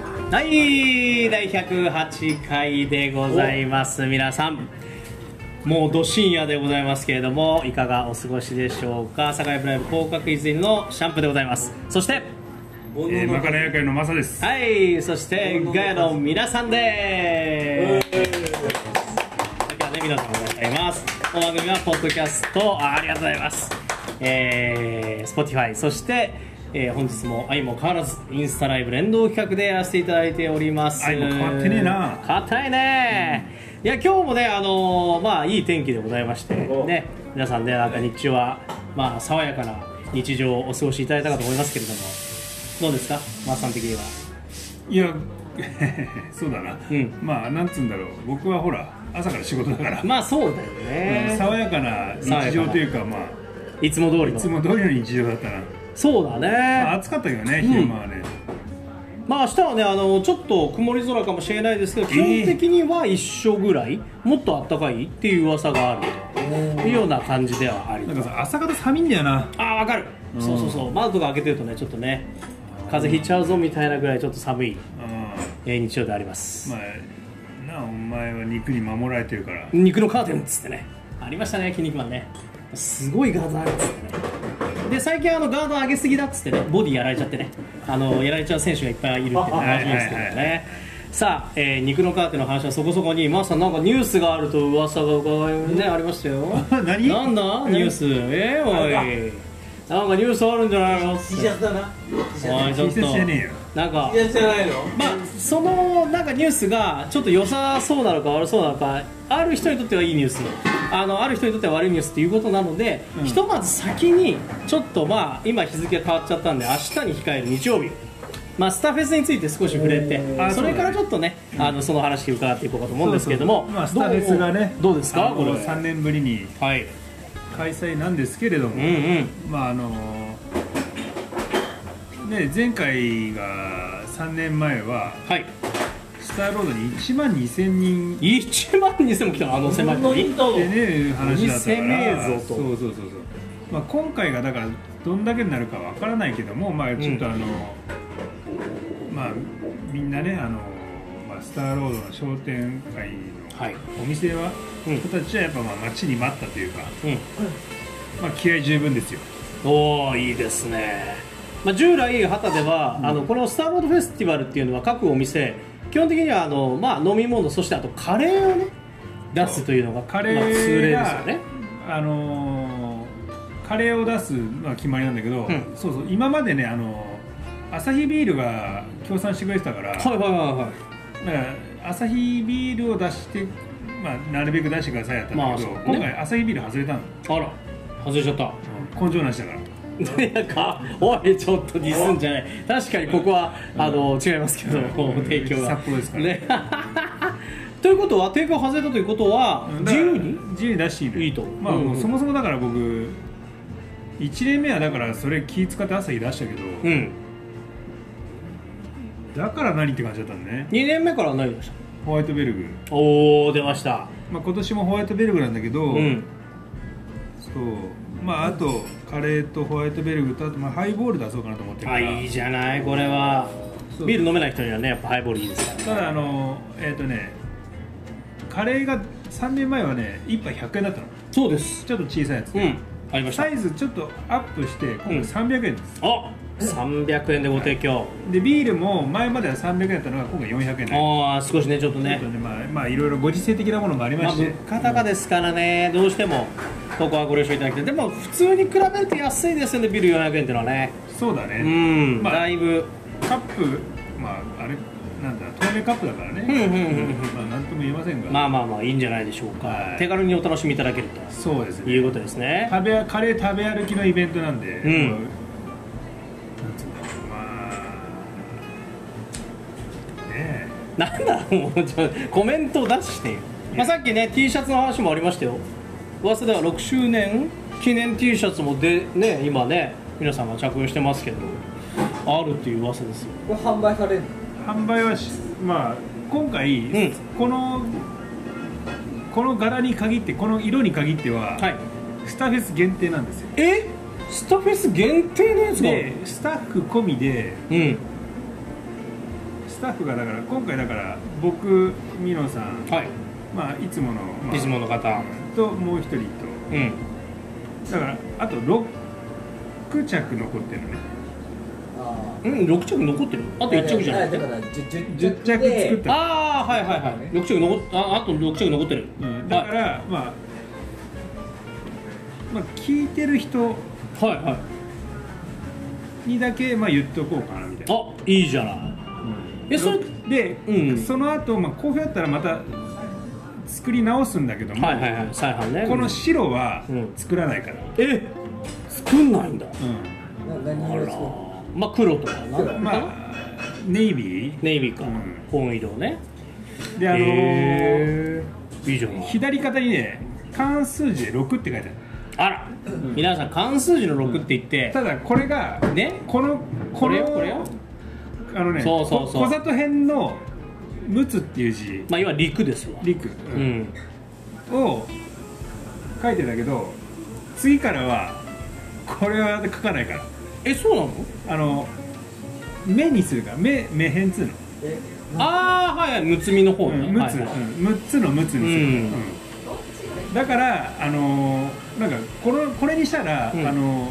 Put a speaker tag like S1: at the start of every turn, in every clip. S1: はい第108回でございます皆さんもうど深夜でございますけれどもいかがお過ごしでしょうか堺ブライブ広角泉のシャンプーでございますそして
S2: えー、マカナ夜会のマサです。
S1: はいそしてガヤの皆さんですさっきはね皆さんお願いしますこの番組はポッドキャストあありがとうございますえー、Spotify そして、えー本日も相も変わらずインスタライブ連動企画でやらせていただいております
S2: 相も変わってねえな
S1: 変わってないね、いや今日もねあのーまあいい天気でございましてね皆さんねなんか日中はまあ爽やかな日常をお過ごしいただいたかと思いますけれどもどうですかマーさん的にはい
S2: や、 そうだな。
S1: うん
S2: まあ、なんつうんだろう。僕はほら、朝から仕事だから、
S1: まあそうだよ
S2: うん
S1: ね
S2: 爽やかな日常というか、まあ、
S1: いつも通り
S2: い
S1: の
S2: つも通りの日常だったな。
S1: そうだね、
S2: まあ、暑かったけどね、昼間はね。
S1: まあ明日はねあのちょっと曇り空かもしれないですけど基本的には一緒ぐらい、もっと暖かいっていう噂があるというような感じではあり
S2: な
S1: ま
S2: ん
S1: す
S2: かさ、朝方寒いんだよな。
S1: あーわかる、そうそうそう窓とか開けてるとねちょっとね風邪ひいちゃうぞみたいなぐらいちょっと寒い
S2: うん。
S1: えー日曜であります、
S2: まあ、なあ、お前は肉に守られてるから。
S1: 肉のカーテンっつってねありましたね筋肉マンねすごいガードあるっつってねで最近あのガード上げすぎだっつってねボディやられちゃってねあのやられちゃう選手がいっぱいいるって話ですけど
S2: はいはい
S1: ねさあ、えー肉のカーテンの話はそこそこにまさなんかニュースがあると噂が伺いねありましたよ
S2: あ 何
S1: なんだニュースえー、おいなんかニュースあるんじゃないのっつ
S3: T
S1: っ
S3: シ
S1: て
S3: ャツだな T シャ
S1: おい
S3: ツ
S1: ちょっ
S2: 季節じゃねえよ。
S1: となんか
S3: T シャツじゃないの
S1: まあそのなんかニュースがちょっと良さそうなのか悪そうなのかある人にとってはいいニュースあのある人にとっては悪いニュースということなので、
S2: うん
S1: ひとまず先にちょっとまあ今日付が変わっちゃったんで明日に控える日曜日まあ、スターフェスについて少し触れて
S2: あ
S1: それからち
S2: そ
S1: ょっとね、あのその話伺っていこうかと思うんですけれども
S2: そうそうまあ、スタフェスがね、
S1: どうどうですか
S2: あの
S1: これ
S2: 3年ぶりに
S1: はい
S2: 開催なんですけれども。
S1: うんうん
S2: まああのね前回が3年前は
S1: はい
S2: スターロードに1万2000人
S1: 1万2000も来たのあの狭いとこに
S2: ってね話だったか
S1: 見
S2: ら
S1: せねえぞと
S2: そうそうそうそう、まあ、今回がだからどんだけになるかわからないけどもまあちょっとあの、まあみんなねあの、まあ、スターロードの商店会の
S1: はい
S2: お店は、
S1: うん
S2: 人たちはやっぱまあ待ちに待ったというか、
S1: うん
S2: まあ、気合十分ですよ
S1: おおいいですね、まあ、従来畑では、あのこのスターロードフェスティバルっていうのは各お店基本的にはあの、まあ、飲み物そしてあとカレーをね出すというのが
S2: カレ
S1: まあ、通例
S2: ー
S1: で
S2: が、
S1: すよね
S2: あのーカレーを出すのは決まりなんだけど、
S1: うん
S2: そうそう今までねあのーアサヒビールが協賛してくれてたから、
S1: はいはいはいは
S2: だからアサヒビールを出して、まあ、なるべく出してくださいやったんだけど、
S1: まあそうね
S2: 今回アサヒビール外れたの
S1: いあら外れちゃ った
S2: 根性なしだから
S1: なんかおいちょっとディスんじゃない確かにここはあの違いますけど
S2: うん
S1: 提供は
S2: 札幌ですから
S1: ね ということは提供外れたということは
S2: うんだ
S1: 自
S2: から
S1: 由に
S2: 自由に出している
S1: いいと
S2: まあ、
S1: うん
S2: もうそもそもだから僕1年目はだからそれ気使って朝日出したけど、
S1: うん
S2: だから何って感じだったんだね
S1: 2年目から何でし
S2: ホワイトベルグ、
S1: たおお出ました
S2: まあ、今年もホワイトベルグなんだけど、
S1: うん
S2: そうまああとカレーとホワイトベルグとあと、まあ、ハイボール出そうかなと思ってるか
S1: あ
S2: ら
S1: いいじゃないこれは
S2: そう
S1: ビール飲めない人にはねやっぱハイボールいいですから
S2: ただあのえっ、とねカレーが3年前はね1杯100円だったの
S1: そうです
S2: ちょっと小さいやつ、
S1: うんありました
S2: サイズちょっとアップして今回300円です、
S1: あ300円でご提供、
S2: でビールも前までは300円だったのが今回400円だ
S1: ああ少しねちょっとね
S2: ちょっとねまあまあいろいろご時世的なものもありま
S1: まあ、
S2: して、
S1: 物価高ですからね、どうしてもここはご了承いただきたいでも普通に比べると安いですよねビール400円っていうのはね
S2: そうだね、
S1: うん、
S2: まあ
S1: だいぶ
S2: カップまああれなんだ透明カップだからね、
S1: うんうんうん
S2: まあなんとも言えませんが、
S1: まあまあまあいいんじゃないでしょうか、
S2: はい
S1: 手軽にお楽しみいただける
S2: そうですね
S1: ということですね
S2: 食べカレー食べ歩きのイベントなんで、
S1: うん
S2: もなんつうんだろうまあね
S1: なんだもうちょっとコメントを出してよ、まあ、さっきね T シャツの話もありましたよ早稲田は6周年記念 T シャツもでね今ね皆さんが着用してますけどあるっていう噂ですよ
S3: これ販売されるの
S2: え販売はしまあ今回、
S1: うん
S2: このこの柄に限ってこの色に限っては、
S1: はい
S2: スターフェス限定なんですよ
S1: えスタフェス限定のやつが
S2: でスタッフ込みで
S1: うん
S2: スタッフがだから今回だから僕ミノさん、
S1: はい
S2: まあいつもの、まあ
S1: いつもの方
S2: ともう一人
S1: うん
S2: とだからあと6着残ってるのね
S3: あ
S1: うん6着残ってるあ
S3: あ
S1: と1着じゃない
S3: やだから10
S2: 10着作った
S1: ああはいはいはい6着残っああと6着残ってる、
S2: うん、だから、まあ、まあ聞いてる人
S1: はいはいはい
S2: にだけ、まあ、言っとこうかなみたいな。
S1: あいいじゃないえそれ
S2: で、
S1: うん
S2: その後、まあ好評やったらまた作り直すんだけども、
S1: はいはいはい再販ね
S2: この白は
S1: うん
S2: 作らないから、
S1: え作んないんだ
S2: う
S3: 何
S1: あ
S3: 色
S1: ら
S3: 作る
S1: まあ黒とかな
S3: 黒
S2: んまあネイビー
S1: ネイビーか、
S2: うん
S1: 紺色ね
S2: であのー
S1: へいいじゃない
S2: 左肩にね関数字で6って書いて
S1: あら、皆さん漢数字の6って言っ
S2: ある
S1: て、
S2: ただこれが
S1: ね
S2: この
S1: これ
S2: の
S1: これよ
S2: あのね
S1: そうそうそう
S2: こ小里編の「陸奥っていう字
S1: まあ要は陸ですわ
S2: 陸、
S1: う、ん
S2: を書いてたけど次からはこれは書かないから
S1: えそうなの
S2: あの目にするから目目変つうの、
S3: え
S1: ああはいはいむつみの方
S2: う
S1: ね、
S2: ん、む
S1: はい
S2: つ、
S1: はい
S2: うん、6つのむつにする、
S1: うん
S2: うんだからあのーなんかこのこれにしたら、
S1: うん
S2: あの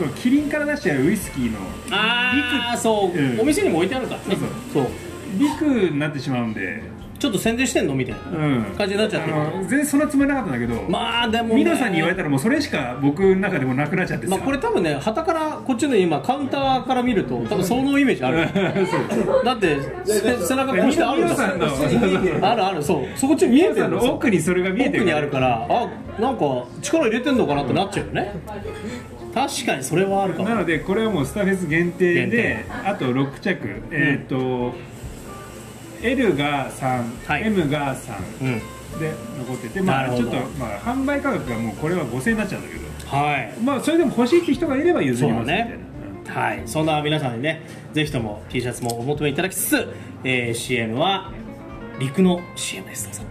S2: ーキリンから出してあるウイスキーの
S1: ああそう、
S2: うん
S1: お店にも置いてあるからね
S2: そう
S1: そう
S2: 陸になってしまうんで、
S1: ちょっと宣伝してんのみたいな
S2: うん、
S1: 感じになっちゃってる
S2: あの全然そんなつもりなかったんだけど、
S1: まあでもね
S2: ミノさんに言われたらもうそれしか僕の中でもなくなっちゃってさ
S1: まあこれ多分ね旗からこっちの今カウンターから見ると多分そのイメージあ るだってせ背中こうしてあるん
S2: ミノさんの
S1: だ
S2: そうそうそう
S1: あるあるそうそこっち見えてる
S2: あ
S1: の
S2: の奥にそれが見えて
S1: 奥にあるからあなんか力入れてんのかなってなっちゃうよね確かにそれはあるかも
S2: なのでこれはもうスターフェス限定
S1: 限
S2: で
S1: 定
S2: あと6着、えっ、と L が3、
S1: はい
S2: M が3
S1: うん
S2: で残っててま
S1: な
S2: あ
S1: る
S2: ち
S1: ほど
S2: ょっとまあ販売価格がもうこれは5000円になっちゃうんだけど
S1: はい
S2: まあそれでも欲しいって人がいれば譲りますみたいな、
S1: そうだねはいそんな皆さんにねぜひとも T シャツもお求めいただきつつ、えー CM は陸の CM ですどうぞ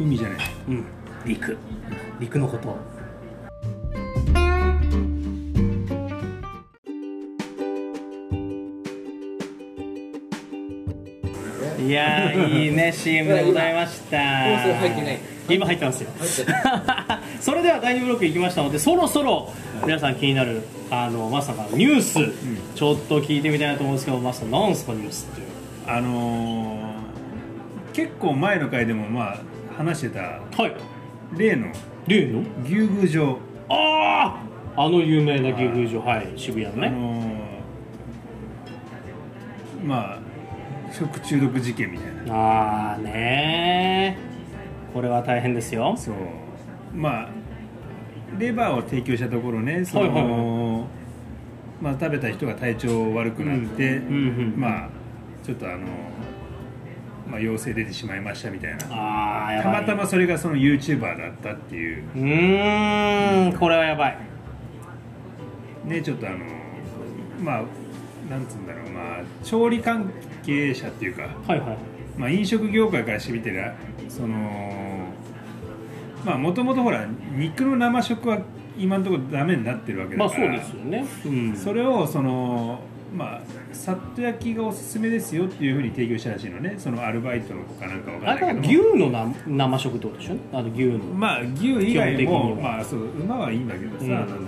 S2: うん海じゃない
S1: うん陸陸のこといやーいい ね CM でございました
S3: 今放送入ってない
S1: 今入ってますよ それでは第2ブロック行きましたのでそろそろ皆さん気になるあのまさかニュース、ちょっと聞いてみたいなと思うんですけどまさかなんすかニュースっていう
S2: あのー結構前の回でもまあ話してた
S1: はい
S2: 例の
S1: 例の
S2: 牛宮城
S1: あああの有名な牛宮城はい渋谷の
S2: あ
S1: ね、
S2: のーまあ食中毒事件みたいな
S1: ああねーこれは大変ですよ
S2: そうまあレバーを提供したところねその、
S1: はいはい
S2: まあ、食べた人が体調悪くなって、
S1: うんうんうん
S2: まあちょっとあの、まあ、陽性出てしまいましたみたいなた
S1: ああやばい
S2: またまそれがその YouTuber だったっていう
S1: うーんこれはやばい
S2: ねちょっとあのまあなんつうんだろうまあ調理関係者っていうか
S1: はいはい
S2: まあ、飲食業界からしてみてらそのまあもともとほら肉の生食は今のところダメになってるわけ
S1: ま
S2: だ
S1: あ
S2: か
S1: そう
S2: ら、
S1: ですよねうん
S2: それをそのまあさっと焼きがおすすめですよっていうふうに提供したらしいのねそのアルバイトの子かなんかわか
S1: あ
S2: ん
S1: れか
S2: ない
S1: ら
S2: け
S1: 牛
S2: ども
S1: のな生食ってことでしょあの牛の
S2: まあ牛以外
S1: 基本
S2: も
S1: 的には
S2: まあそう馬はいいんだけどさ、
S1: うん
S2: なんだかね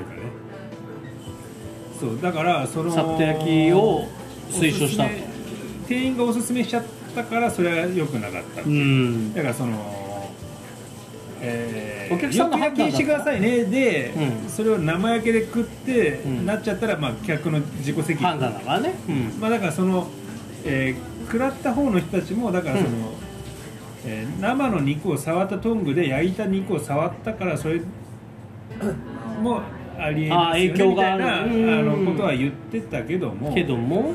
S2: そうだからその
S1: さっと焼きを推奨した
S2: おすすめ店員がおすすめしちゃったからそれは良くなかった
S1: うん
S2: だからその、えー、
S1: お客さんの
S2: よく
S1: 判
S2: 焼
S1: 断
S2: きにしてくださいねで、
S1: うん
S2: それを生焼けで食って、
S1: うん
S2: なっちゃったら、まあ、客の自己責
S1: 判
S2: 任、
S1: 断だからねうん
S2: まあ、だからその、えー食らった方の人たちもだからその、
S1: うん
S2: えー生の肉を触ったトングで焼いた肉を触ったからそれもありえ
S1: あー
S2: ます
S1: 影
S2: よね
S1: 響
S2: みた
S1: があ
S2: い
S1: る
S2: なあ
S1: うん
S2: のことは言ってたけども
S1: けども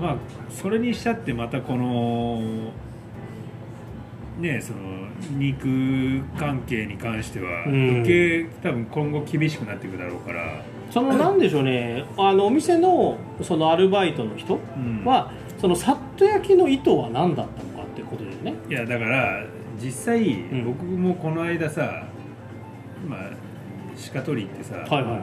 S2: まあそれにしたってまたこのねその肉関係に関しては
S1: うん
S2: 受け多分今後厳しくなっていくだろうから、
S1: そのなんでしょうねあのお店のそのアルバイトの人
S2: うん
S1: はそのさっと焼きの意図は何だったのかってことだよね
S2: いやだから実際、
S1: ん
S2: 僕もこの間さまあ鹿取り行ってさ、
S1: はいはいはい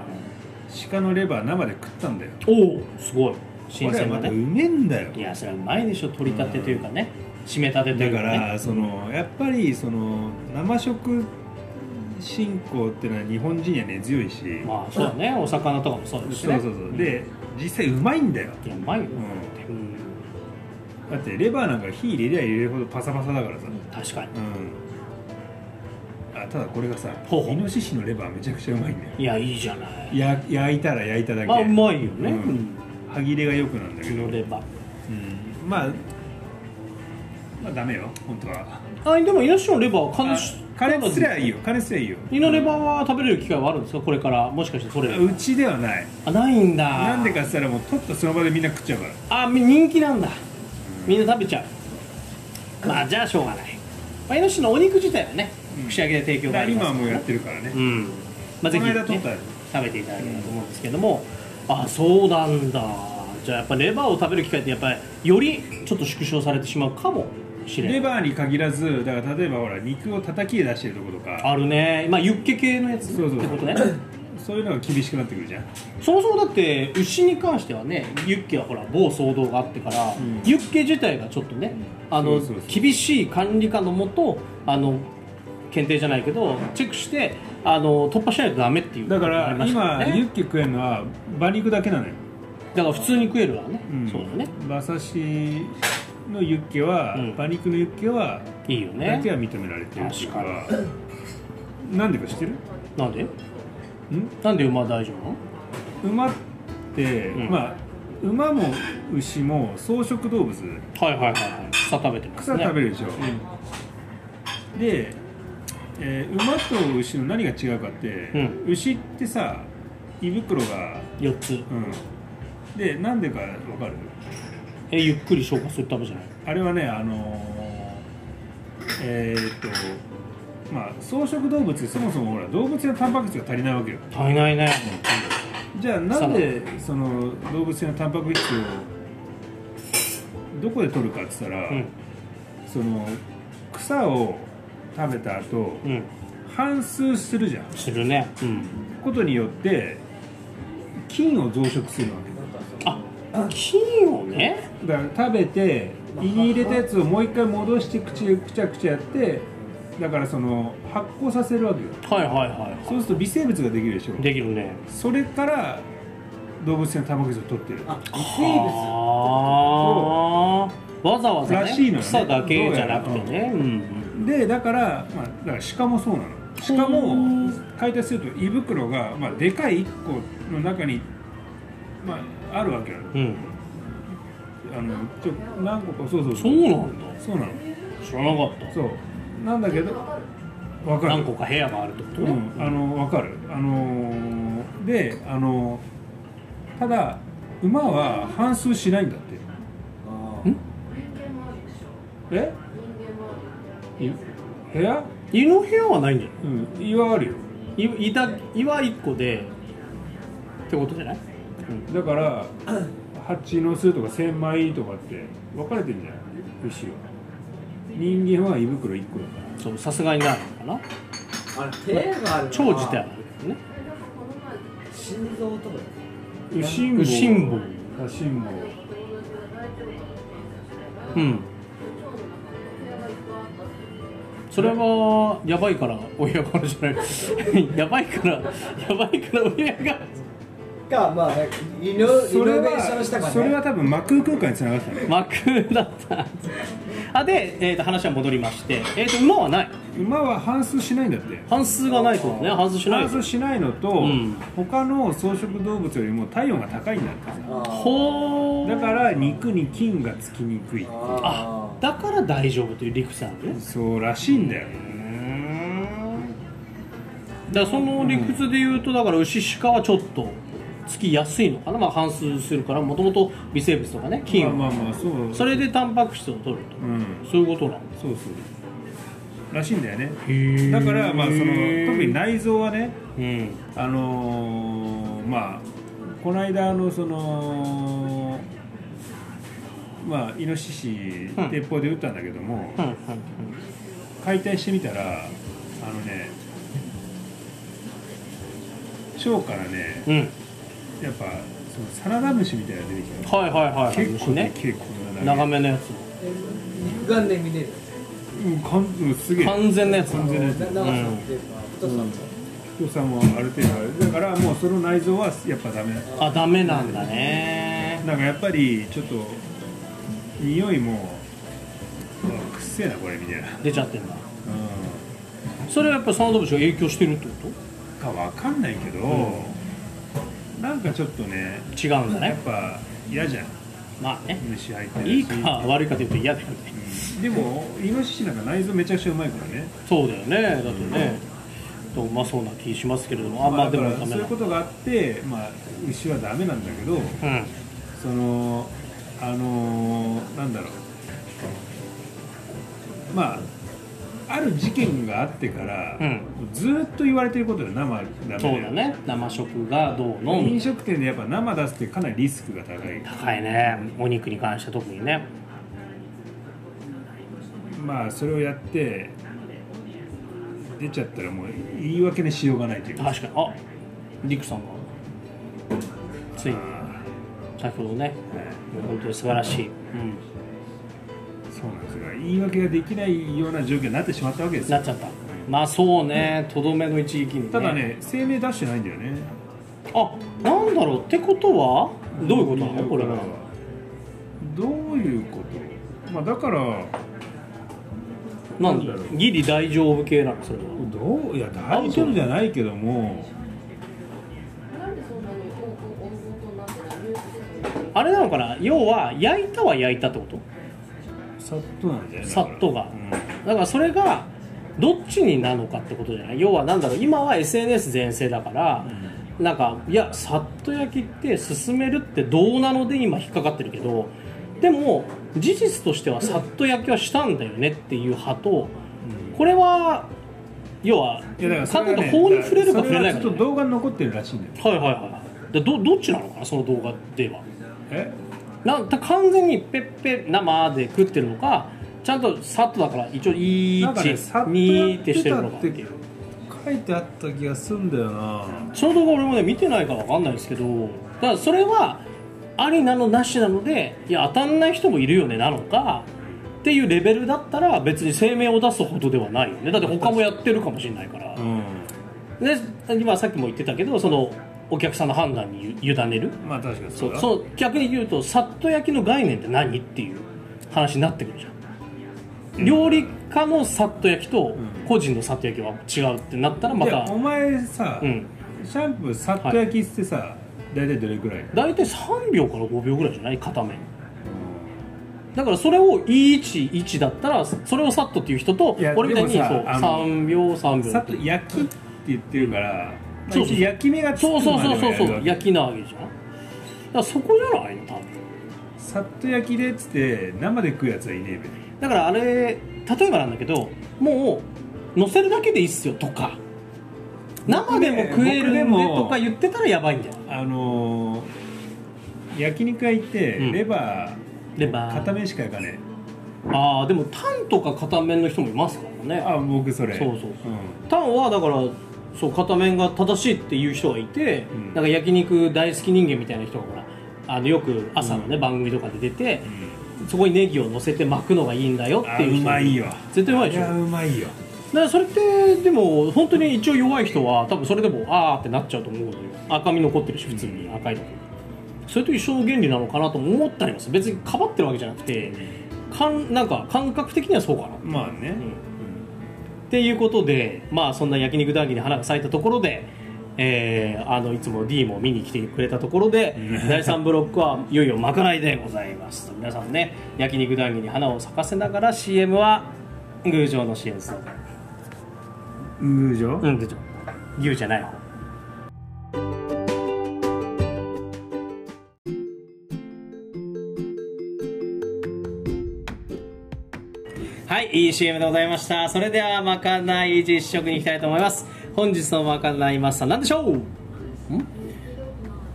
S2: 鹿のレバー生で食ったんだよ
S1: おおすごい新鮮
S2: これ
S1: な
S2: はまたう
S1: ね
S2: めえんだよ
S1: いやそれはうまいでしょ取り立てというかね締め立てとい
S2: だ
S1: う
S2: か
S1: か、ね、
S2: らそのやっぱりその生食信仰ってのは日本人には根強いし、
S1: まあそうだねお魚とかもそうですし
S2: そ
S1: ね
S2: うそうそう、
S1: ん
S2: で実際うまいんだよ、
S1: いやうまいよ、う
S2: う
S1: ん、
S2: ん、だってレバーなんか火入れりゃ入れるほどパサパサだからさ、う
S1: 確かに
S2: ん、あただこれがさ
S1: ほうほう
S2: イノシシのレバーめちゃくちゃうまいんだよ
S1: いやいいじゃない
S2: や焼いたら焼いただけ、
S1: まあうまいよね、う
S2: うん
S1: ん、
S2: 歯切れが良くなんだけ
S1: 気
S2: ど、
S1: のれば
S2: うん、まあまあダメよ本当は
S1: あでもイノシシのレバーは加
S2: あ
S1: 熱し
S2: 加熱すりゃいいよ加熱すりゃいいよ
S1: 胃のレバーは食べれる機会はあるんですかこれからもしかして取れる
S2: うちではない
S1: あないんだ
S2: なんでかっつったらもう取ったその場でみんな食っちゃうから
S1: あみ人気なんだみんな食べちゃうまあじゃあしょうがない、まあ、イノシシのお肉自体はね
S2: うん
S1: 串揚げで提供が
S2: だか
S1: あ
S2: ら
S1: りま
S2: 今
S1: すか
S2: は
S1: ら
S2: もうやってるからね、
S1: うんまあ、ぜひ、
S2: この間取った
S1: ね、食べていただければと思うんですけども、あそうなんだじゃあやっぱレバーを食べる機会ってやっぱりよりちょっと縮小されてしまうかもしれな
S2: レ
S1: い
S2: バーに限らずだから例えばほら肉を叩き出してるとことか
S1: あるねまあユッケ系のやつって
S2: そうそう
S1: ことね
S2: そういうのが厳しくなってくるじゃん
S1: そもそもだって牛に関してはねユッケはほら某騒動があってから、
S2: ん
S1: ユッケ自体がちょっとね、あの
S2: そうそうそう
S1: 厳しい管理下のもとあの検定じゃないけどチェックしてあの突破しないとダメっていう
S2: だか
S1: あり
S2: ら
S1: ましたよ
S2: 今
S1: ね
S2: ユッケ食えるのは馬肉だけなのよ、
S1: だから普通に食えるわね、
S2: ん
S1: そうだね
S2: 馬刺しのユッケは、
S1: うん
S2: 馬肉のユッケはい
S1: いよ
S2: だ
S1: ね
S2: けは認められてるっていうかなんでか知ってる
S1: なんで
S2: ん
S1: なんで馬大丈夫なの
S2: 馬って、
S1: うん
S2: まあ馬も牛も草食動物
S1: はいはいはいはい草食べてます
S2: 草
S1: ね
S2: 食べるでしょ、で、えー馬と牛の何が違うかって、
S1: うん
S2: 牛ってさ胃袋が
S1: 4つ
S2: うんでなんでかわかる
S1: えゆっくり消化するためじゃない
S2: あれはねあのーえーっとまあ草食動物ってそもそもほら動物性のタンパク質が足りないわけよ
S1: 足りないね
S2: じゃあなんでその動物性のタンパク質をどこで取るかって言ったら、
S1: うん
S2: その草を食べた後
S1: うん
S2: 反数するじゃん
S1: するねうん
S2: ことによって菌を増殖するわ
S1: あ菌をね
S2: けだから食べて胃に入れたやつをもう一回戻して口でくちゃくちゃやってだからその発酵させるわけよ
S1: はいはいはい
S2: そうすると微生物ができるでしょ
S1: できるね
S2: それから動物性のタンパク質を取ってる
S3: あ、微
S1: ああわざわざ
S2: らしい
S1: ね
S2: のよね
S1: 草だけじゃなくてねうん
S2: でだから,、まあ、だから鹿もそうなの鹿も解体すると胃袋が、まあ、でかい1個の中に、まあ、あるわけなの
S1: うんうん
S2: あのちょ何個かそうそう
S1: そうなんだ
S2: そうなの
S1: 知らなかった
S2: そうなんだけどわかる
S1: 何個か部屋があるってことね
S2: うん、あのわかるあのーであのーただ馬は反数しないんだって
S3: 生
S1: ん
S3: 物
S2: えい部屋
S1: 胃の部屋はないんじゃない
S2: うん胃はあるよ
S1: いいた胃は1個でってことじゃない
S2: だから蜂の巣とか千枚とかって分かれてんじゃない牛は人間は胃袋1個だから
S1: そうさすがになるのか
S3: あれ、手があ
S1: な
S3: る
S1: 腸自体はあるけどね
S3: 心臓とか
S2: 右心
S1: 右心房
S2: 房左心房
S1: うんそれはやばいから親がじゃないやばい からやばいから親が
S3: が、まあ、ね、イノイ
S2: そ
S3: ノベ
S2: れ
S3: ーションしたから
S2: は
S3: ね
S2: それは多分幕空間につながってたね
S1: 幕だったあで、えー、と話は戻りまして、えー、と馬はない
S2: 馬は反数しないんだって
S1: 半数がないってことね半数しない
S2: 反数しないのと、
S1: うん
S2: 他の草食動物よりも体温が高いんだって
S3: あー
S1: ほー
S2: だから肉に菌がつきにくい
S1: あ
S3: あ
S1: だから大丈夫という理屈なんだね
S2: そうらしいんだよ
S1: だからその理屈で言うとだから牛鹿はちょっとつきやすいのかな、まあ、反数するからもともと微生物とかね菌を、
S2: まあまあまあそう
S1: それでタンパク質を取ると、
S2: うん
S1: そういうことなんで
S2: そうそうらしいんだよね
S1: す
S2: だからまあその特に
S1: い、
S2: 内臓はね
S1: うん、
S2: あのーまあこの間のそのまあイノシシ
S1: うん
S2: 鉄砲で撃ったんだけども、
S1: うんうん
S2: 解体してみたらあのね腸からね
S1: うんうん
S2: やっぱサラダ虫みたいなの出てきた
S1: はいはいはい
S2: 結構
S1: ね
S2: ね結構な
S1: 長めのやつ
S3: 肉眼で見れる
S2: うんかんうんすげえ
S1: 完全なやつ
S2: 完全なやつ
S3: な長さっていうか太さも
S2: 太さもある程度あるだからもうその内臓はやっぱダメだ
S1: あダメなんだね
S2: なんかやっぱりちょっと匂いもうわくっせえなこれみたいな、
S1: 出ちゃってんだ
S2: う
S1: それはやっぱりサンドブシが影響してるってこ
S2: ん、かわかんないけど、なんかちょっとね
S1: と違うんだ
S2: やっ
S1: ね
S2: ぱ嫌じゃん
S1: まあね
S2: 虫入ってるし
S1: いいか悪いかというと嫌だよね
S2: うんでもイノシシなんか内臓めちゃくちゃうまいからね
S1: そうだよねだってねとうまそうな気しますけれどもあんまあで
S2: だか
S1: も
S2: ら
S1: ダメ
S2: そうい
S1: な
S2: うことがあって、まあ、牛はダメなんだけど
S1: うん
S2: そのあのーなんだろうまあある事件があってから、
S1: うん
S2: ずーっと言われてることで生ダメ
S1: そうだね生食がどうの
S2: 飲食店でやっぱ生出すってかなりリスクが高い
S1: 高いねお肉に関して特にね
S2: まあそれをやって出ちゃったらもう言い訳にしようがないというか
S1: 確かにあリクさんがついに
S2: あ
S1: 先ほどね
S2: ーはい
S1: もう本当に素晴らしい、
S2: そうなんですが言い訳ができないような状況になってしまったわけですよ
S1: なっちゃったまあそうねとどめの一撃に、ね、
S2: ただね声明出してないんだよね
S1: あなんだろうってことはどういうことなの
S2: ん
S1: これは
S2: どういうことまあだから
S1: なん
S2: なんだろう
S1: ギリ大丈夫系なのそれは
S2: どういや大丈夫じゃないけども
S4: なんでそんなに多く大事になってないニュースでそんなに
S1: あれなのかな要は焼いたは焼いたってこと
S2: さっとなんじゃない
S1: さっとがだからそれがどっちになのかってことじゃない要はなんだろう今は SNS 全盛だから、なんかいやさっと焼きって進めるってどうなので今引っかかってるけどでも事実としてはさっと焼きはしたんだよねっていう派とこれは要は
S2: うんいやだか
S1: 過
S2: ら
S1: 去と
S2: それはね
S1: 法に触れるか
S2: だ
S1: 触れないか
S2: そはちょっと
S1: ね
S2: 動画に残ってるらしいんだよ
S1: はいはいはいでどどっちなのかなその動画では
S2: え
S1: なんだ完全にペッペ生で食ってるのかちゃんとさっとだから一応
S2: なんかねさっとや
S1: 12ってしてるのか
S2: ってたって書いてあった気がすんだよな
S1: その動画俺もね見てないから分かんないですけどだからそれはありなのなしなのでいや当たんない人もいるよねなのかっていうレベルだったら別に声明を出すほどではないよねだって他もやってるかもしれないから、
S2: うん
S1: で今さっきも言ってたけどそのお客さんの判断にゆ委ねる
S2: まあ確かにそ
S1: そうう
S2: だ
S1: そう逆に言うとさっと焼きの概念って何っていう話になってくるじゃん料理家のさっと焼きと
S2: ん
S1: 個人のさっと焼きは違うってなったらま
S2: いや
S1: た
S2: お前さ、
S1: うん
S2: シャンプーさっと焼きってさ、大体どれくらい
S1: 大体3秒から5秒ぐらいじゃない片面だからそれを111だったらそれをさっとっていう人と
S2: いや
S1: 俺みたいに
S2: で
S1: そう
S2: もさあの
S1: 3秒3秒
S2: さっと焼きって言ってるから、まあ
S1: そうそうそう
S2: 焼き目がつく
S1: そう
S2: まで
S1: そう
S2: はやる
S1: そ
S2: わ
S1: う
S2: け
S1: そうそう焼きなわけじゃんだからそこじゃないの多分
S2: さっと焼きでっつって生で食うやつはいね
S1: だからあれ例えばなんだけどもう乗せるだけでいいっすよとか生でも食えるん
S2: 僕
S1: で
S2: ね
S1: とか言ってたらやばいんだよ
S2: えべあのー、焼肉屋行って
S1: うん
S2: レバ
S1: レバ
S2: ー
S1: ー
S2: 片面しか焼かね
S1: ああでもタンとか片面の人もいますから
S2: え
S1: ね
S2: あ僕それ
S1: そうそうそ
S2: ん
S1: タンはだからそう片面が正しいっていう人がいて、
S2: うん
S1: なんか焼肉大好き人間みたいな人がほらあのよく朝のね、
S2: うん
S1: 番組とかで出て、そこにネギを乗せて巻くのがいいんだよっていう人
S2: あうまいよ
S1: 絶対うまい
S2: い
S1: でしょ
S2: やうまいよ
S1: だからそれってでも本当に一応弱い人は多分それでもあーってなっちゃうと思うのよ赤み残ってるし普通に
S2: うん
S1: 赤いとこそれと一緒の原理なのかなとも思ったりもする別にかばってるわけじゃなくてかんなんか感覚的にはそうかな、うん
S2: まあね、
S1: っていうことでまあそんな焼肉談義に花が咲いたところで、えーあのいつも D も見に来てくれたところで
S2: うん
S1: 第3ブロックはいよいよまかないでございます皆さんね焼肉談義に花を咲かせながら CM は偶像の CM です
S2: うん、じゃん
S1: うん、出ちゃう。牛じゃない方。はい、いい CM でございました。それでは、まかない実食に行きたいと思います。本日のまかないマスター、なんでしょう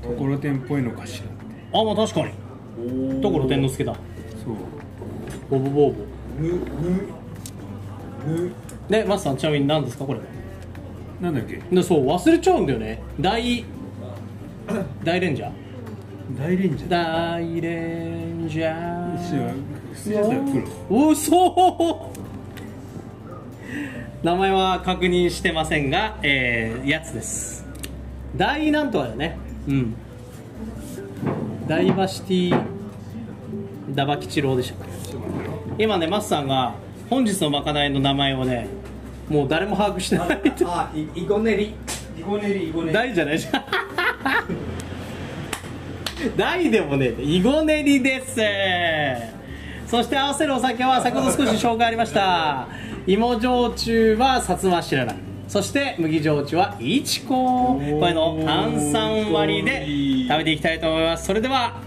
S2: ところてんっぽいのかしらって
S1: あ、まあ確かに。ところ天之助だ。
S2: そう
S1: ボボボーボ。
S3: ぬぬぬ
S1: ね、マスター、ちなみに何ですか、これは。
S2: なんだっけ
S1: でそう忘れちゃうんだよね大大レンジャー
S2: 大レンジャー
S1: 大レンジャ
S2: 一
S1: ー
S2: 応靴屋さんはプロ
S1: おそ名前は確認してませんが、えー、やつです大なんとかだよねうんダイバーシティダバ吉郎でしたっ
S2: ちょっと待ってよ
S1: け今ねマスさんが本日のまかないの名前をねもう誰も把握してないって
S3: ああ、い、い ごねり。いごねり、いごね
S1: 大じゃないじゃん 大でもねえイゴネリですそして合わせるお酒は先ほど少し紹介ありました芋焼酎は薩摩白蘭そして麦焼酎はいちここれの炭酸割りで食べていきたいと思いますそれでは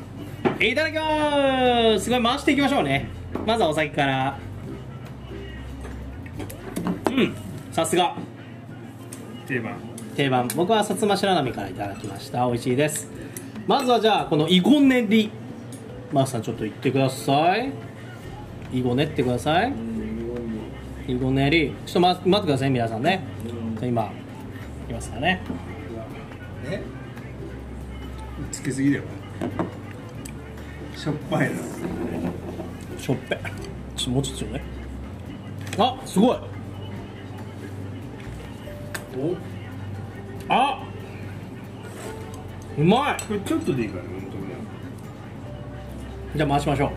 S1: いただきますすごい回していきましょうねまずはお酒からうんさすが
S2: 定番
S1: 定番僕は薩摩白波からいただきました美味しいですまずはじゃあこのイゴネリマースさんちょっと言ってくださいイゴネってくださいイゴネリちょっと待待ってください皆さんねじゃあ今いきますからね
S3: り。ね。
S2: つけすぎだよしょっぱいな
S1: しょっぺちょっともうちょっとちょうだいあすごいあうま
S2: これちょっとでいいからね本
S1: いじゃあ回しましょ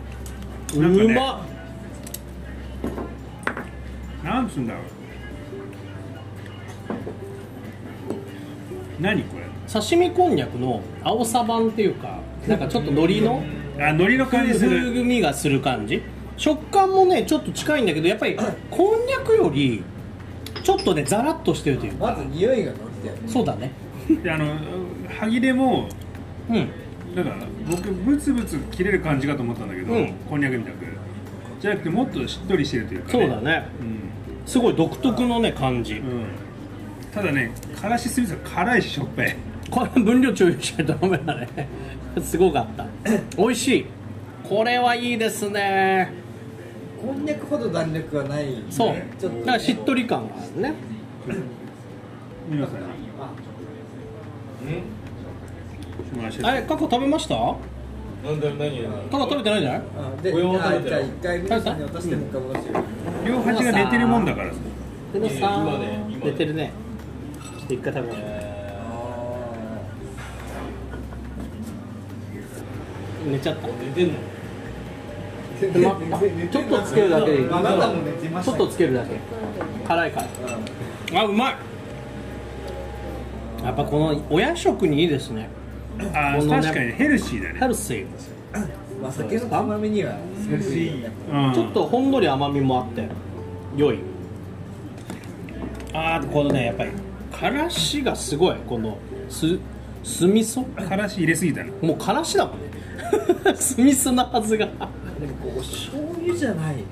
S1: う、
S2: なんかね
S1: うまっ
S2: 当になんつうんだろう何これ
S1: 刺身こんにゃくの青さ版っていうかなんかちょっと海苔の
S2: あ海苔の感じす
S1: 風
S2: る
S1: 味がする感じ食感もねちょっと近いんだけどやっぱりこんにゃくよりちょっとねザラッとしてるというか
S3: まず匂いが乗って。
S1: そうだね
S2: であの歯切れも
S1: うん
S2: なんか僕ブツブツ切れる感じかと思ったんだけど、
S1: うん
S2: こんにゃくみたくじゃなくてもっとしっとりしてるというか、
S1: そうだね
S2: うん
S1: すごい独特のね感じ
S2: うんただねからしすぎず辛いししょっぱい
S1: これ分量注意しないとダメだね すごかった美味しいこれはいいですね
S3: こんにゃくほど弾力はない。
S1: そう
S3: ちょっと
S1: だからしっとり感があるね
S2: 皆さんに
S3: あ
S2: してもらいましょう
S1: あれ過去食べました
S5: なんだ何や
S1: 過去食べてないんじゃない
S3: あで、
S5: お湯を
S3: あ
S5: 食
S3: じ
S5: べて
S3: ゃあ
S5: よ
S3: 一回皆さんに渡してもう一回戻してみる。
S2: 両端が寝てるもんだからさ
S1: でもさ
S5: 今ね今ね
S1: 出てるねちょっと一回食べましょう寝ちゃった
S5: 寝てんの
S1: ちょっとつけるだけでいい
S3: あなたも寝てまし
S1: ちょっ
S3: たけど
S1: とつけるだけ辛いか
S3: うん
S1: らあうまいやっぱこのお夜食にいいですね
S2: あ
S1: こ
S2: ー
S1: のね
S2: 確かにヘルシーだね
S1: ヘルシー
S3: まあ、酒のつまみにはすごくいいよね。
S2: うん
S1: ちょっとほんのり甘みもあって良いああこのねやっぱりからしがすごいこのす酢味噌
S2: からし入れすぎたな
S1: もうからしだもんね 酢味噌なはずが
S3: でも、こう、お醤油じゃないね。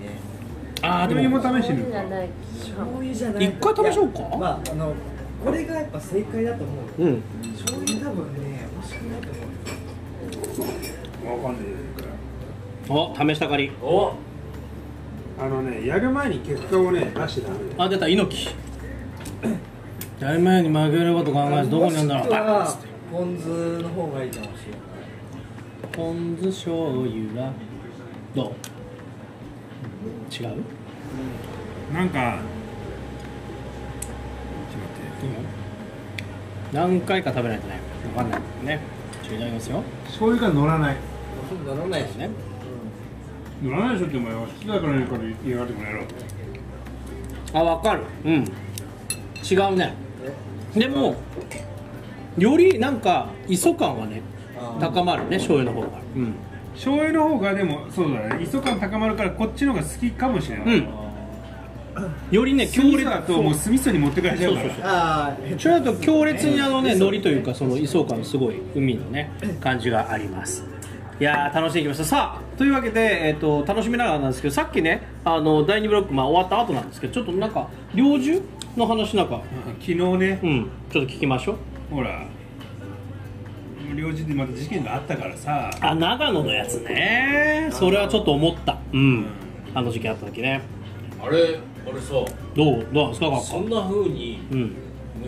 S1: ああ
S2: これも試してみる
S4: じゃない
S3: 醤油じゃない。
S1: 一回試しようか
S3: いやまあ、あの、これがやっぱ正解だと思う。
S1: うん
S3: 醤油多分ね、美味しくないと思う。
S2: わかんないから
S1: お試したかり
S5: お
S2: あのねやる前に結果をね出してダメ
S1: あ出た 猪木やる前に負けること考えずどこにあるんだろう
S3: もしくはポン酢の方がいいかもしれない。
S1: ポン酢醤油はどう違う
S2: なんか
S1: 何回か食べないとね分かんないねちょいただきますよ
S2: 醤油が乗らない
S3: ならないしね。
S1: ね
S2: 乗らないでしょってお前は好きだからねから言いやがってもらえろ
S1: あ分かるうん違うねでもよりなんか磯感はね
S3: あー
S1: 高まるね醤油の方がうん
S2: 醤油の方がでもそうだね磯感高まるからこっちの方が好きかもしれない、
S1: うんよりね強
S2: 強
S1: 烈
S2: 烈だともう酢味噌に持って帰っちゃうから
S1: そうそう
S3: ああ、
S1: ちょっと強烈にあのね海苔というかその磯感すごい海のね感じがありますいやー楽しんできましたさあというわけで、えっと楽しみながらなんですけどさっきねあの第2ブロック、まあ、終わった後なんですけどちょっとなんか猟銃の話なんか
S2: 昨日ね
S1: うんちょっと聞きましょう
S2: ほら領事でまた事件があったからさ
S1: あ長野のやつねそれはちょっと思ったうんあの時期あった時ね
S5: あれ俺さ
S1: どうどうなんですか学
S5: そ
S1: 校
S5: んな風に
S1: うん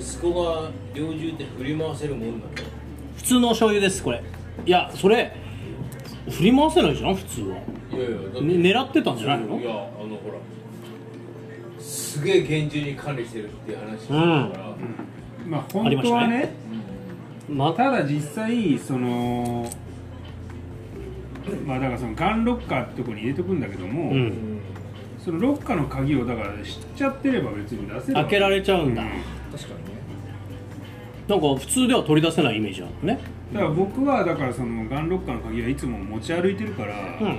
S5: 息子が猟銃って振り回せるもんなの
S1: 普通のお醤油ですこれいやそれ振り回せないじゃん普通は、
S5: いやいやだって
S1: ね狙ってたんじゃないの
S5: いやあのほらすげえ厳重に管理してるっていう話だから、
S2: まあ本当は
S1: ありま
S2: ね
S1: また
S2: ただ実際そのまあだからそのガンロッカーってとこに入れとくんだけども、
S1: うん
S2: そのロッカーの鍵をだから知っちゃってれば別に出せるわ
S1: 開けられちゃうんだ、
S2: うん
S3: 確かにね
S1: なんか普通では取り出せないイメージなのね
S2: だから僕はだからそのガンロッカーの鍵はいつも持ち歩いてるから、
S1: うん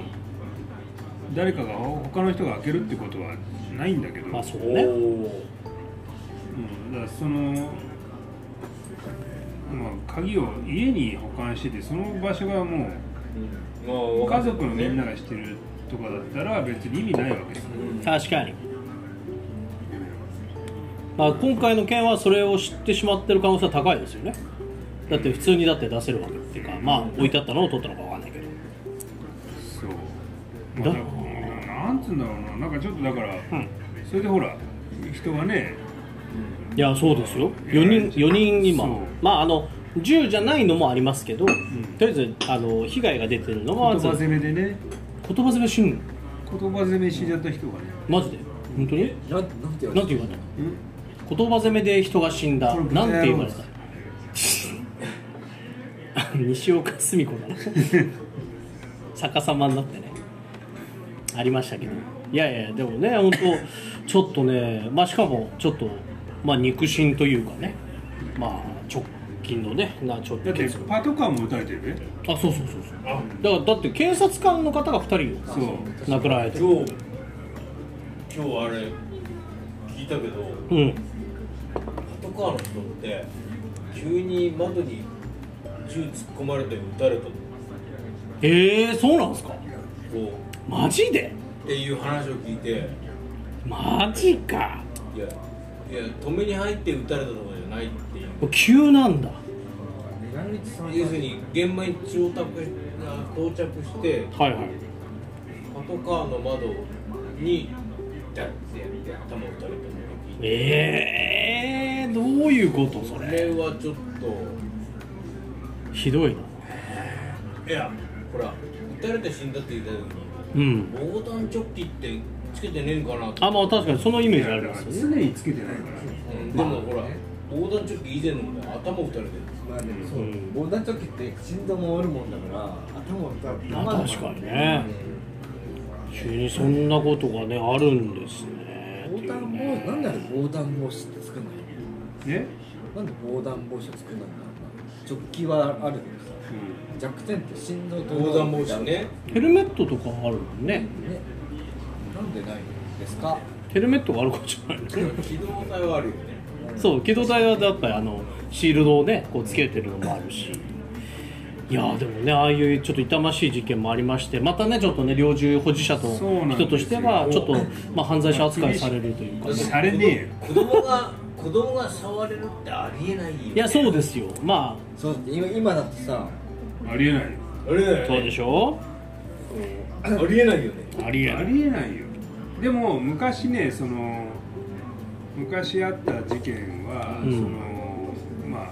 S2: 誰かが他の人が開けるってことはないんだけど、
S1: まあそう
S5: お
S1: ね
S5: お
S2: うん、だからその、まあ、鍵を家に保管しててその場所がも
S5: まあ
S2: う
S5: わか
S2: 家
S5: る
S2: 族のみんなが知ってるとかだったら別に意味ないわけですよ
S5: うん
S1: 確かに、まあ、今回の件はそれを知ってしまってる可能性は高いですよねだって普通にだって出せるわけっていうかまあ置いてあったのを取ったのかわかんないけど
S2: そう、
S1: だ
S2: まあだからなんつうんだろうななんかちょっとだから、
S1: うん
S2: それでほら人がね
S1: いやそうですよ4人四人今
S2: そう
S1: まああの銃じゃないのもありますけど、
S2: ん
S1: とりあえずあの被害が出てるのは
S2: 言葉
S1: まず言葉
S2: 攻めでね
S1: 攻めしんの
S2: 言葉攻めしちゃった人がね、
S1: マジで本当に
S3: ななんて言われ
S1: なんて
S3: て
S1: 言
S3: る
S1: われた
S2: うん
S1: 言葉攻めで人が死んだ
S2: これ豚
S1: なんて言われ
S2: 野郎
S1: た 西岡澄子だな 逆さまになってねありましたけどいやいやでもね本当ちょっとねまあしかもちょっとまあ肉親というかねまあ直近のねなちょっ
S2: だ
S1: と
S2: ってパトカーも撃たれてるね
S1: あそうそうそうそうだからだって警察官の方が2人
S2: そう
S1: を亡くなられてる
S5: 今日今日あれ聞いたけど
S1: うん
S5: パトカーの人って急に窓に銃突っ込まれて撃たれたとこ
S1: ええー、そうなんですか
S5: う
S1: マジで
S5: っていう話を聞いていや
S1: マジか
S5: いや止めに入って撃たれたとかじゃないっていう
S1: 急なんだ
S3: 狙い撃ちさん
S5: 要するに現場に到着し到着して
S1: はいはい
S5: パトカーの窓にダッてやって頭打たれたのを聞いて
S1: えー、どういうことそ
S5: こ
S1: れ
S5: れはちょっ
S1: ひどいな
S5: といやほら撃たれて死んだって言った時に
S1: うん
S5: 防弾チョッキってつけてねえんかなと
S1: あまあ確かにそのイメージあり
S2: だ
S1: ま
S2: から
S1: すよ
S2: 常
S1: ね
S2: につけてないから
S5: うんでもほら防弾チョッキ以前のも頭打たれてる
S3: まあでもそう、
S1: うん
S3: 防弾チョッキって死んだもあるもんだから頭を打たれ
S1: まあ確かにね急にそんなことがねあるんですね
S3: 防弾帽子なんであれ防弾帽子って作んない
S2: ね、
S3: のなんで防弾帽子を作んないんだろうなジョッキはあるけどさ
S2: う
S3: 弱点って振動と
S5: 防弾帽子ね
S1: ヘルメットとかあるもんね
S3: ねなんでないんですか
S1: ヘルメットがあるかじゃないの
S5: 機動隊はあるよね
S1: そう機動隊はやっぱりあのシールドをねこうつけてるのもあるしいやーでもねああいうちょっと痛ましい事件もありましてまたねちょっとね猟銃保持者と
S2: そうなんです
S1: 人
S2: よ
S1: としてはちょっと、まあ、犯罪者扱いされるというか
S5: だって
S2: しゃれねえよ
S5: 子供が子供が触れるってありえないよね
S1: いやそうですよま
S3: そうだって今今だってさ
S2: んありえないよ
S5: ありえ
S1: あ
S5: な
S1: そうで
S5: い
S1: しょ
S5: ありえないよね
S1: ありえな
S2: あ
S1: い
S2: りえないよでも昔ねその昔あった事件は、
S1: うん
S2: そのま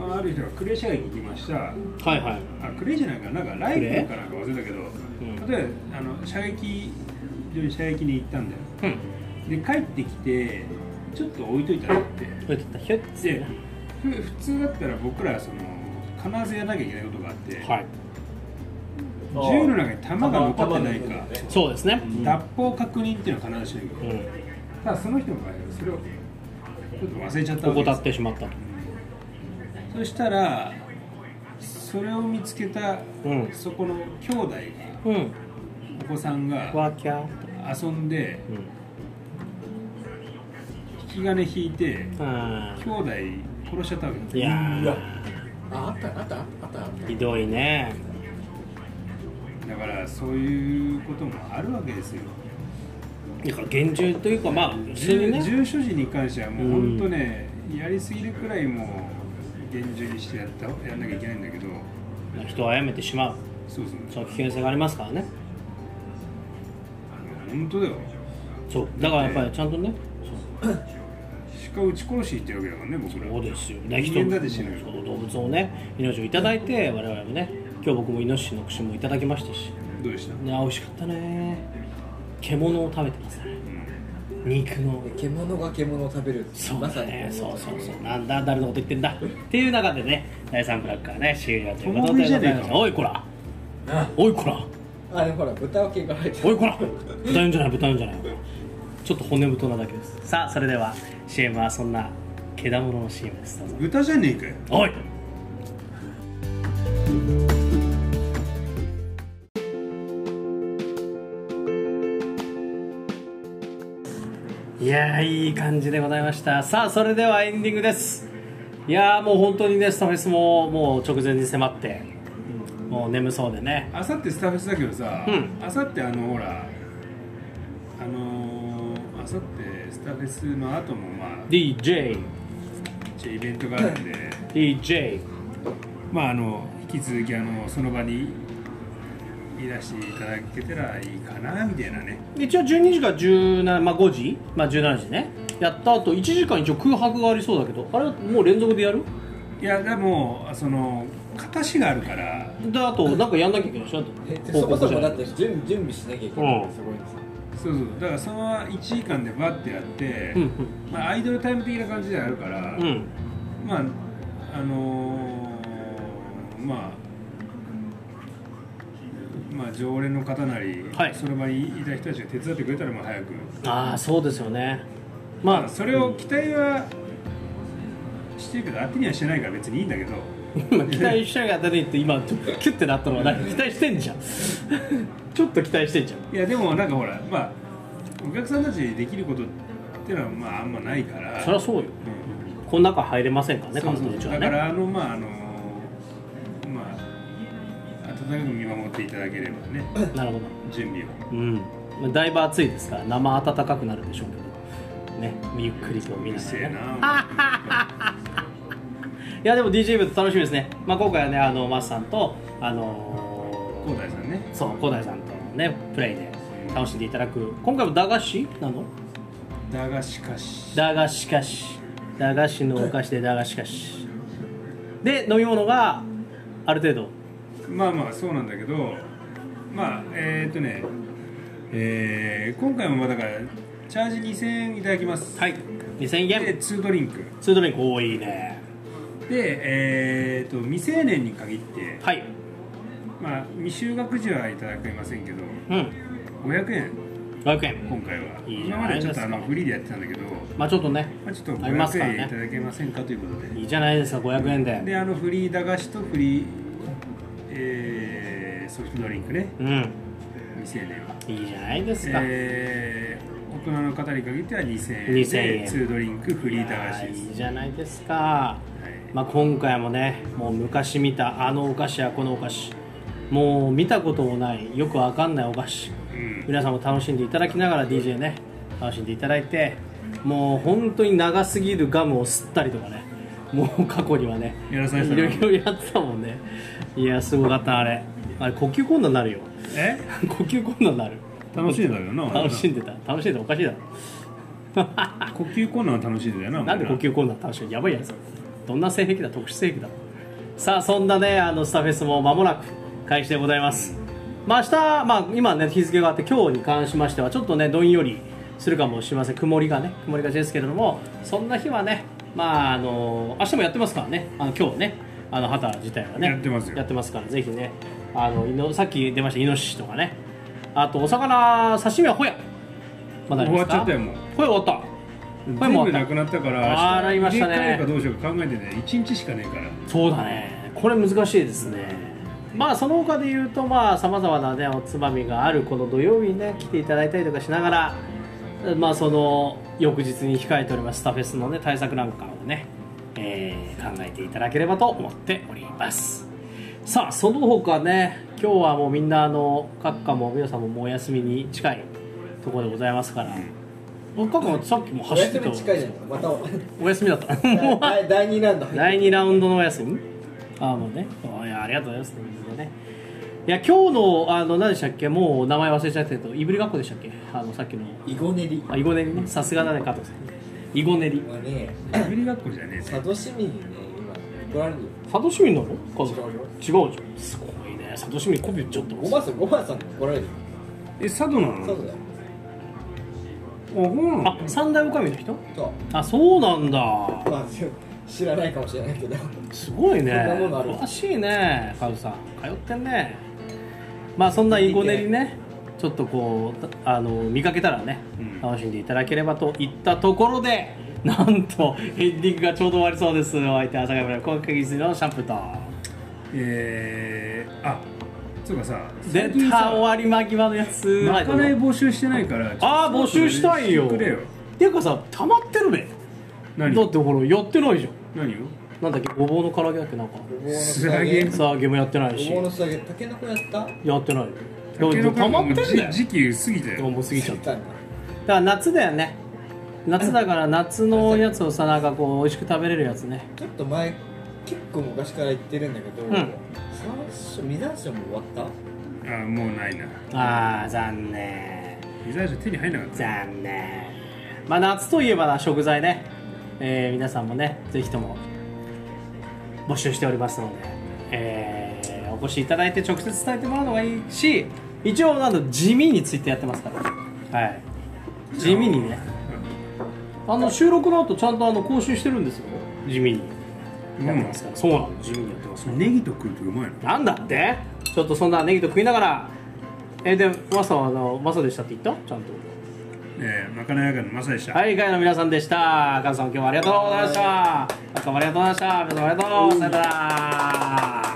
S2: あ、まあ、ある人がクレー射撃に行きました
S1: はいはい
S2: あクレーじゃないかななんかライフルかなんか忘れたけど、
S1: うん
S2: 例えばあの射撃場に射撃に行ったんだよ
S1: うん
S2: で帰ってきてちょっと置いといたらって
S1: こうやってひょっつ
S2: でふ普通だったら僕らその必ずやらなきゃいけないことがあって、
S1: はい
S2: 銃の中に弾が残ってないか、
S1: そうですね
S2: 脱法確認っていうのは必ずしなきゃいけ
S1: う
S2: ない、
S1: ん
S2: ただその人の場合はそれをちょっと忘れちゃったわけ
S1: 怠
S2: で
S1: っ
S2: す
S1: てしまったと
S2: そしたらそれを見つけた、
S1: うん
S2: そこの兄弟が
S1: うん
S2: お子さんが
S1: ワーキャー
S2: 遊んで
S1: う
S2: 引き金引いて
S1: んあ
S2: 兄弟殺しちゃったわけ
S1: ーいや
S5: いや
S3: ああったあったあったあっ
S1: ーひどいね
S2: だからそういうこともあるわけですよ
S1: だから厳重というかまあ普通にね
S2: 住所時に関してはもう本当ね、やりすぎるくらいもう厳重にしてやったやんなきゃいけないんだけど
S1: 人を殺めてしまう
S2: そうそう
S1: その危険性がありますからね
S2: あの本当だよ
S1: そうだからやっぱりちゃんとね
S2: し鹿を撃ち殺しに行ってるわけだからね僕ら
S1: そうですよね
S2: 人間だって死ぬ
S1: 人もその動物をね命をいただいて我々もね今日僕もイノシシの串もいただきましたし
S2: どうでした、
S1: ね美味しかったね獣を食べてますね
S2: うん
S1: 肉の
S3: 獣が獣を食べるって
S1: そう
S3: ま
S1: だ
S3: さに
S1: ね、そうそうそうなんだ誰のこと言ってんだっていう中でね第3ブラックはね終了ということ
S2: 友
S1: で
S2: 達じゃねえか
S1: ございますおいこら
S5: なあ
S1: おいこら
S3: あでもほら豚は毛が入って
S1: おいこら豚うんじゃない豚うんじゃないちょっと骨太なだけですさあそれでは CM はそんなけだものの CM ですどうぞ
S2: 豚じゃねえかよ
S1: おいいやーいい感じでございましたさあそれではエンディングですいやーもう本当にねスタフェスももう直前に迫ってもう眠そうでね
S2: あさってスターフェスだけどさ
S1: うん
S2: あさってあのほらあのー、あさってスターフェスの後もまあ
S1: DJDJ
S2: 一応イベントがあるんでまああの引き続きあのその場にいらしていただけたらいいかなみたいなね
S1: 一応12時から17、まあ、5時、まあ、17時ねやった後1時間一応空白がありそうだけどあれはもう連続でやる
S2: いやでもその形があるから
S1: であとなんかやんなきゃいけないでしょ
S3: え
S1: だ
S3: そもそもだっ
S1: って
S3: て準準備しなきゃいけないのがすごいんですよ
S2: そうそうだからその1時間でバッてやって、
S1: うん
S2: まあ、アイドルタイム的な感じではあるから、
S1: うんうん
S2: まああのーまあまあ常連の方なり、
S1: はい
S2: その場にいた人たちが手伝ってくれたらもう早く
S1: ああそうですよねまあ
S2: それを期待はしてるけど当てにはしてないから別にいいんだけど
S1: 今期待しちゃうが当たりって今キュッてなったのは何期待してん じゃんちょっと期待してんじゃん
S2: いやでもなんかほらまあお客さんたちにできることっていうのはまああんまないから
S1: そりゃそうよ
S2: うん
S1: この中入れませんからね
S2: そう
S1: 関
S2: そう
S1: 東地は
S2: だか
S1: ね
S2: らあのまああのまあ温かく見守っていただければね
S1: なるほど
S2: 準備を
S1: うんまあだいぶ暑いですから生暖かくなるでしょうけどねゆっくりと
S2: う
S1: 見な
S2: る
S1: が
S2: せ
S1: ら
S2: え
S1: ね
S2: ない
S1: やでも DJ ブース楽しみですね、まあ、今回はねあのマスさんとあの
S2: 高大さんね
S1: そう小田井さんとのねプレイで楽しんでいただく今回も駄菓子なの
S2: だがしかし
S1: 駄菓子菓子駄菓子のお菓子で駄菓子菓子で飲み物がある程度
S2: まあまあそうなんだけどまあえー、っとねえー、今回もまあだからチャージ2000円いただきます
S1: はい2000
S2: で
S1: 円
S2: ツードリンク
S1: ツードリンク多いね
S2: でえー、っと未成年に限って
S1: はい
S2: まあ未就学児はいただけませんけど
S1: うん
S2: 500円
S1: 500円
S2: 今回はい
S1: いじゃ
S2: 今
S1: な
S2: ま
S1: いで
S2: ですち
S1: か
S2: ょっとあのフリーでやってたんだけど
S1: まあちょっとね
S2: まあ、ちょっと
S1: あります
S2: 500
S1: から
S2: 円いた
S1: ね
S2: だけませんかということで、
S1: いいじゃないですか500円で
S2: であのフリー駄菓子とフリー、えーソフトドリンクね、
S1: うん
S2: 未成年は。
S1: いいじゃないですか、
S2: えー大人の方に限っては2000円で、
S1: 2000円
S2: ツードリンク、フリー駄菓
S1: あ
S2: 子
S1: ー
S2: です。
S1: いいじゃないですか
S2: はい
S1: まあ、今回もねもう昔見たあのお菓子やこのお菓子もう見たこともないよくわかんないお菓子
S2: うん
S1: 皆さんも楽しんでいただきながら DJ ね楽しんでいただいてもう本当に長すぎるガムを吸ったりとかねもう過去にはね
S2: やらされて
S1: い
S2: た
S1: ろ
S2: ない
S1: ろやってたもんねいやすごかったあれあれ呼吸困難になるよ
S2: え
S1: 呼吸困難になる
S2: 楽しんだよな、
S1: 楽しんでた楽しんでたおかしいだろ
S2: 呼吸困難は楽しんでたよな、
S1: なんで呼吸困難楽しいやばいやつだどんな性癖だ特殊性癖ださあそんなねあのスタフェスも間もなく開始でございます、まあ明日、まあ、今ね日付があって今日に関しましてはちょっとねどんよりするかもしれません曇りがね曇りがちですけれどもそんな日はねまああの明日もやってますからねあの今日ねあの旗自体はね
S2: やってますよ
S1: やってますからぜひねあのいのさっき出ましたイノシシとかねあとお魚刺身はホヤまだありますか
S2: 終わっちゃったよもう
S1: ホヤ終わったホヤ
S2: 全
S1: も
S2: 部
S1: 終わ
S2: な
S1: った
S2: くなったか
S1: あー
S2: ら、
S1: 洗いましたね
S2: 入れ替えるかどうしようか考えてね、1日しかねえから。
S1: そうだねこれ難しいですねまあその他で言うとまあさまざまなねおつまみがあるこの土曜日にね来ていただいたりとかしながらまあその翌日に控えておりますスタフェスのね対策なんかをね、えー考えていただければと思っておりますさあその他ね今日はもうみんなあの各家も皆さんももうお休みに近いところでございますから各家もさっきも
S3: お
S1: 走って
S3: 休
S1: た
S3: み近いじゃないですかまたお
S1: お休みだったもう
S3: 第第二ラウンド
S1: 第2ラウンドのお休みああもうねあいやありがとうございますということでねいや今日のあの何でしたっけもう名前忘れちゃったけどいぶりがっこでしたっけあのさっきの
S3: イゴネリ
S1: あイゴネにねさすがだね加藤さん囲碁練り
S3: まあね、
S2: ぶりがっこじゃねえ
S3: 佐渡市民にね、今、怒られるよ。
S1: 佐渡市民なのカズ違うじゃんすごいね佐渡市民コピーちょっと
S3: おばあさん、おばあさんに怒られるよ。
S2: え佐渡なの
S3: 佐渡だよ。
S2: あそうなの
S1: あ三大女将の人
S3: そ
S1: あそうなんだ
S3: う。まあ、知らないかもしれないけど。
S1: すごいね
S3: そんなものある
S1: 詳しいねカズさん通ってんねまあそんな囲碁練りねちょっとこうあの見かけたらね、
S2: うん
S1: 楽しんでいただければといったところでなんとエンディングがちょうど終わりそうですお相手は朝霞村高木水のシャンプーと。
S2: えー、あそうかさ
S1: 出
S2: 最近
S1: た
S2: さ
S1: 終わり間際のやつ
S2: まかない
S1: っ
S2: 募集してないから
S1: あー募集したいよ
S2: してくれよ
S1: ていうかさ溜まってるべ
S2: 何
S1: だってほらやってないじゃん
S2: 何を
S1: なんだっけごぼうの唐揚げだっけなんか
S3: ごぼうの
S2: 素
S3: 素
S2: 揚
S3: 揚
S2: げ
S3: げ。
S1: さあゲームやってない
S3: ご
S1: し
S3: ぼうの
S1: や
S3: 素揚げ、たけのこやった
S1: ってない
S2: タケノコ
S1: 溜まってんだよ
S2: もう時期過ぎたよ
S1: もう過ぎちゃっただ
S3: た
S1: か
S3: んだ。
S1: ら夏だよね夏だから夏のやつをさなんかこう美味しく食べれるやつね
S3: ちょっと前、結構昔から言ってるんだけど、
S1: ん
S3: 山椒、実山椒も終わっ
S2: あーもうないな
S1: あー残念
S2: ピザじゃ手に入らなかった
S1: 残念まあ夏といえばな食材ね、えー皆さんもねぜひとも募集しておりますので、えーお越しいただいて直接伝えてもらうのがいいし一応なんと地味についてやってますからはい地味にねあの収録の後ちゃんとあの更新してるんですよ地味にやってますから、そうなの地味にやってます
S2: ネギと食うとうまいの
S1: なんだってちょっとそんなネギと食いながらえーでマサはあのマサでしたって言ったちゃんと
S2: えー、まかないあがのマサでした、
S1: はい、会の皆さんでした。カズさん、今日もありがとうございました。カズさんもありがとうございました。皆さんもありがとう。さよなら。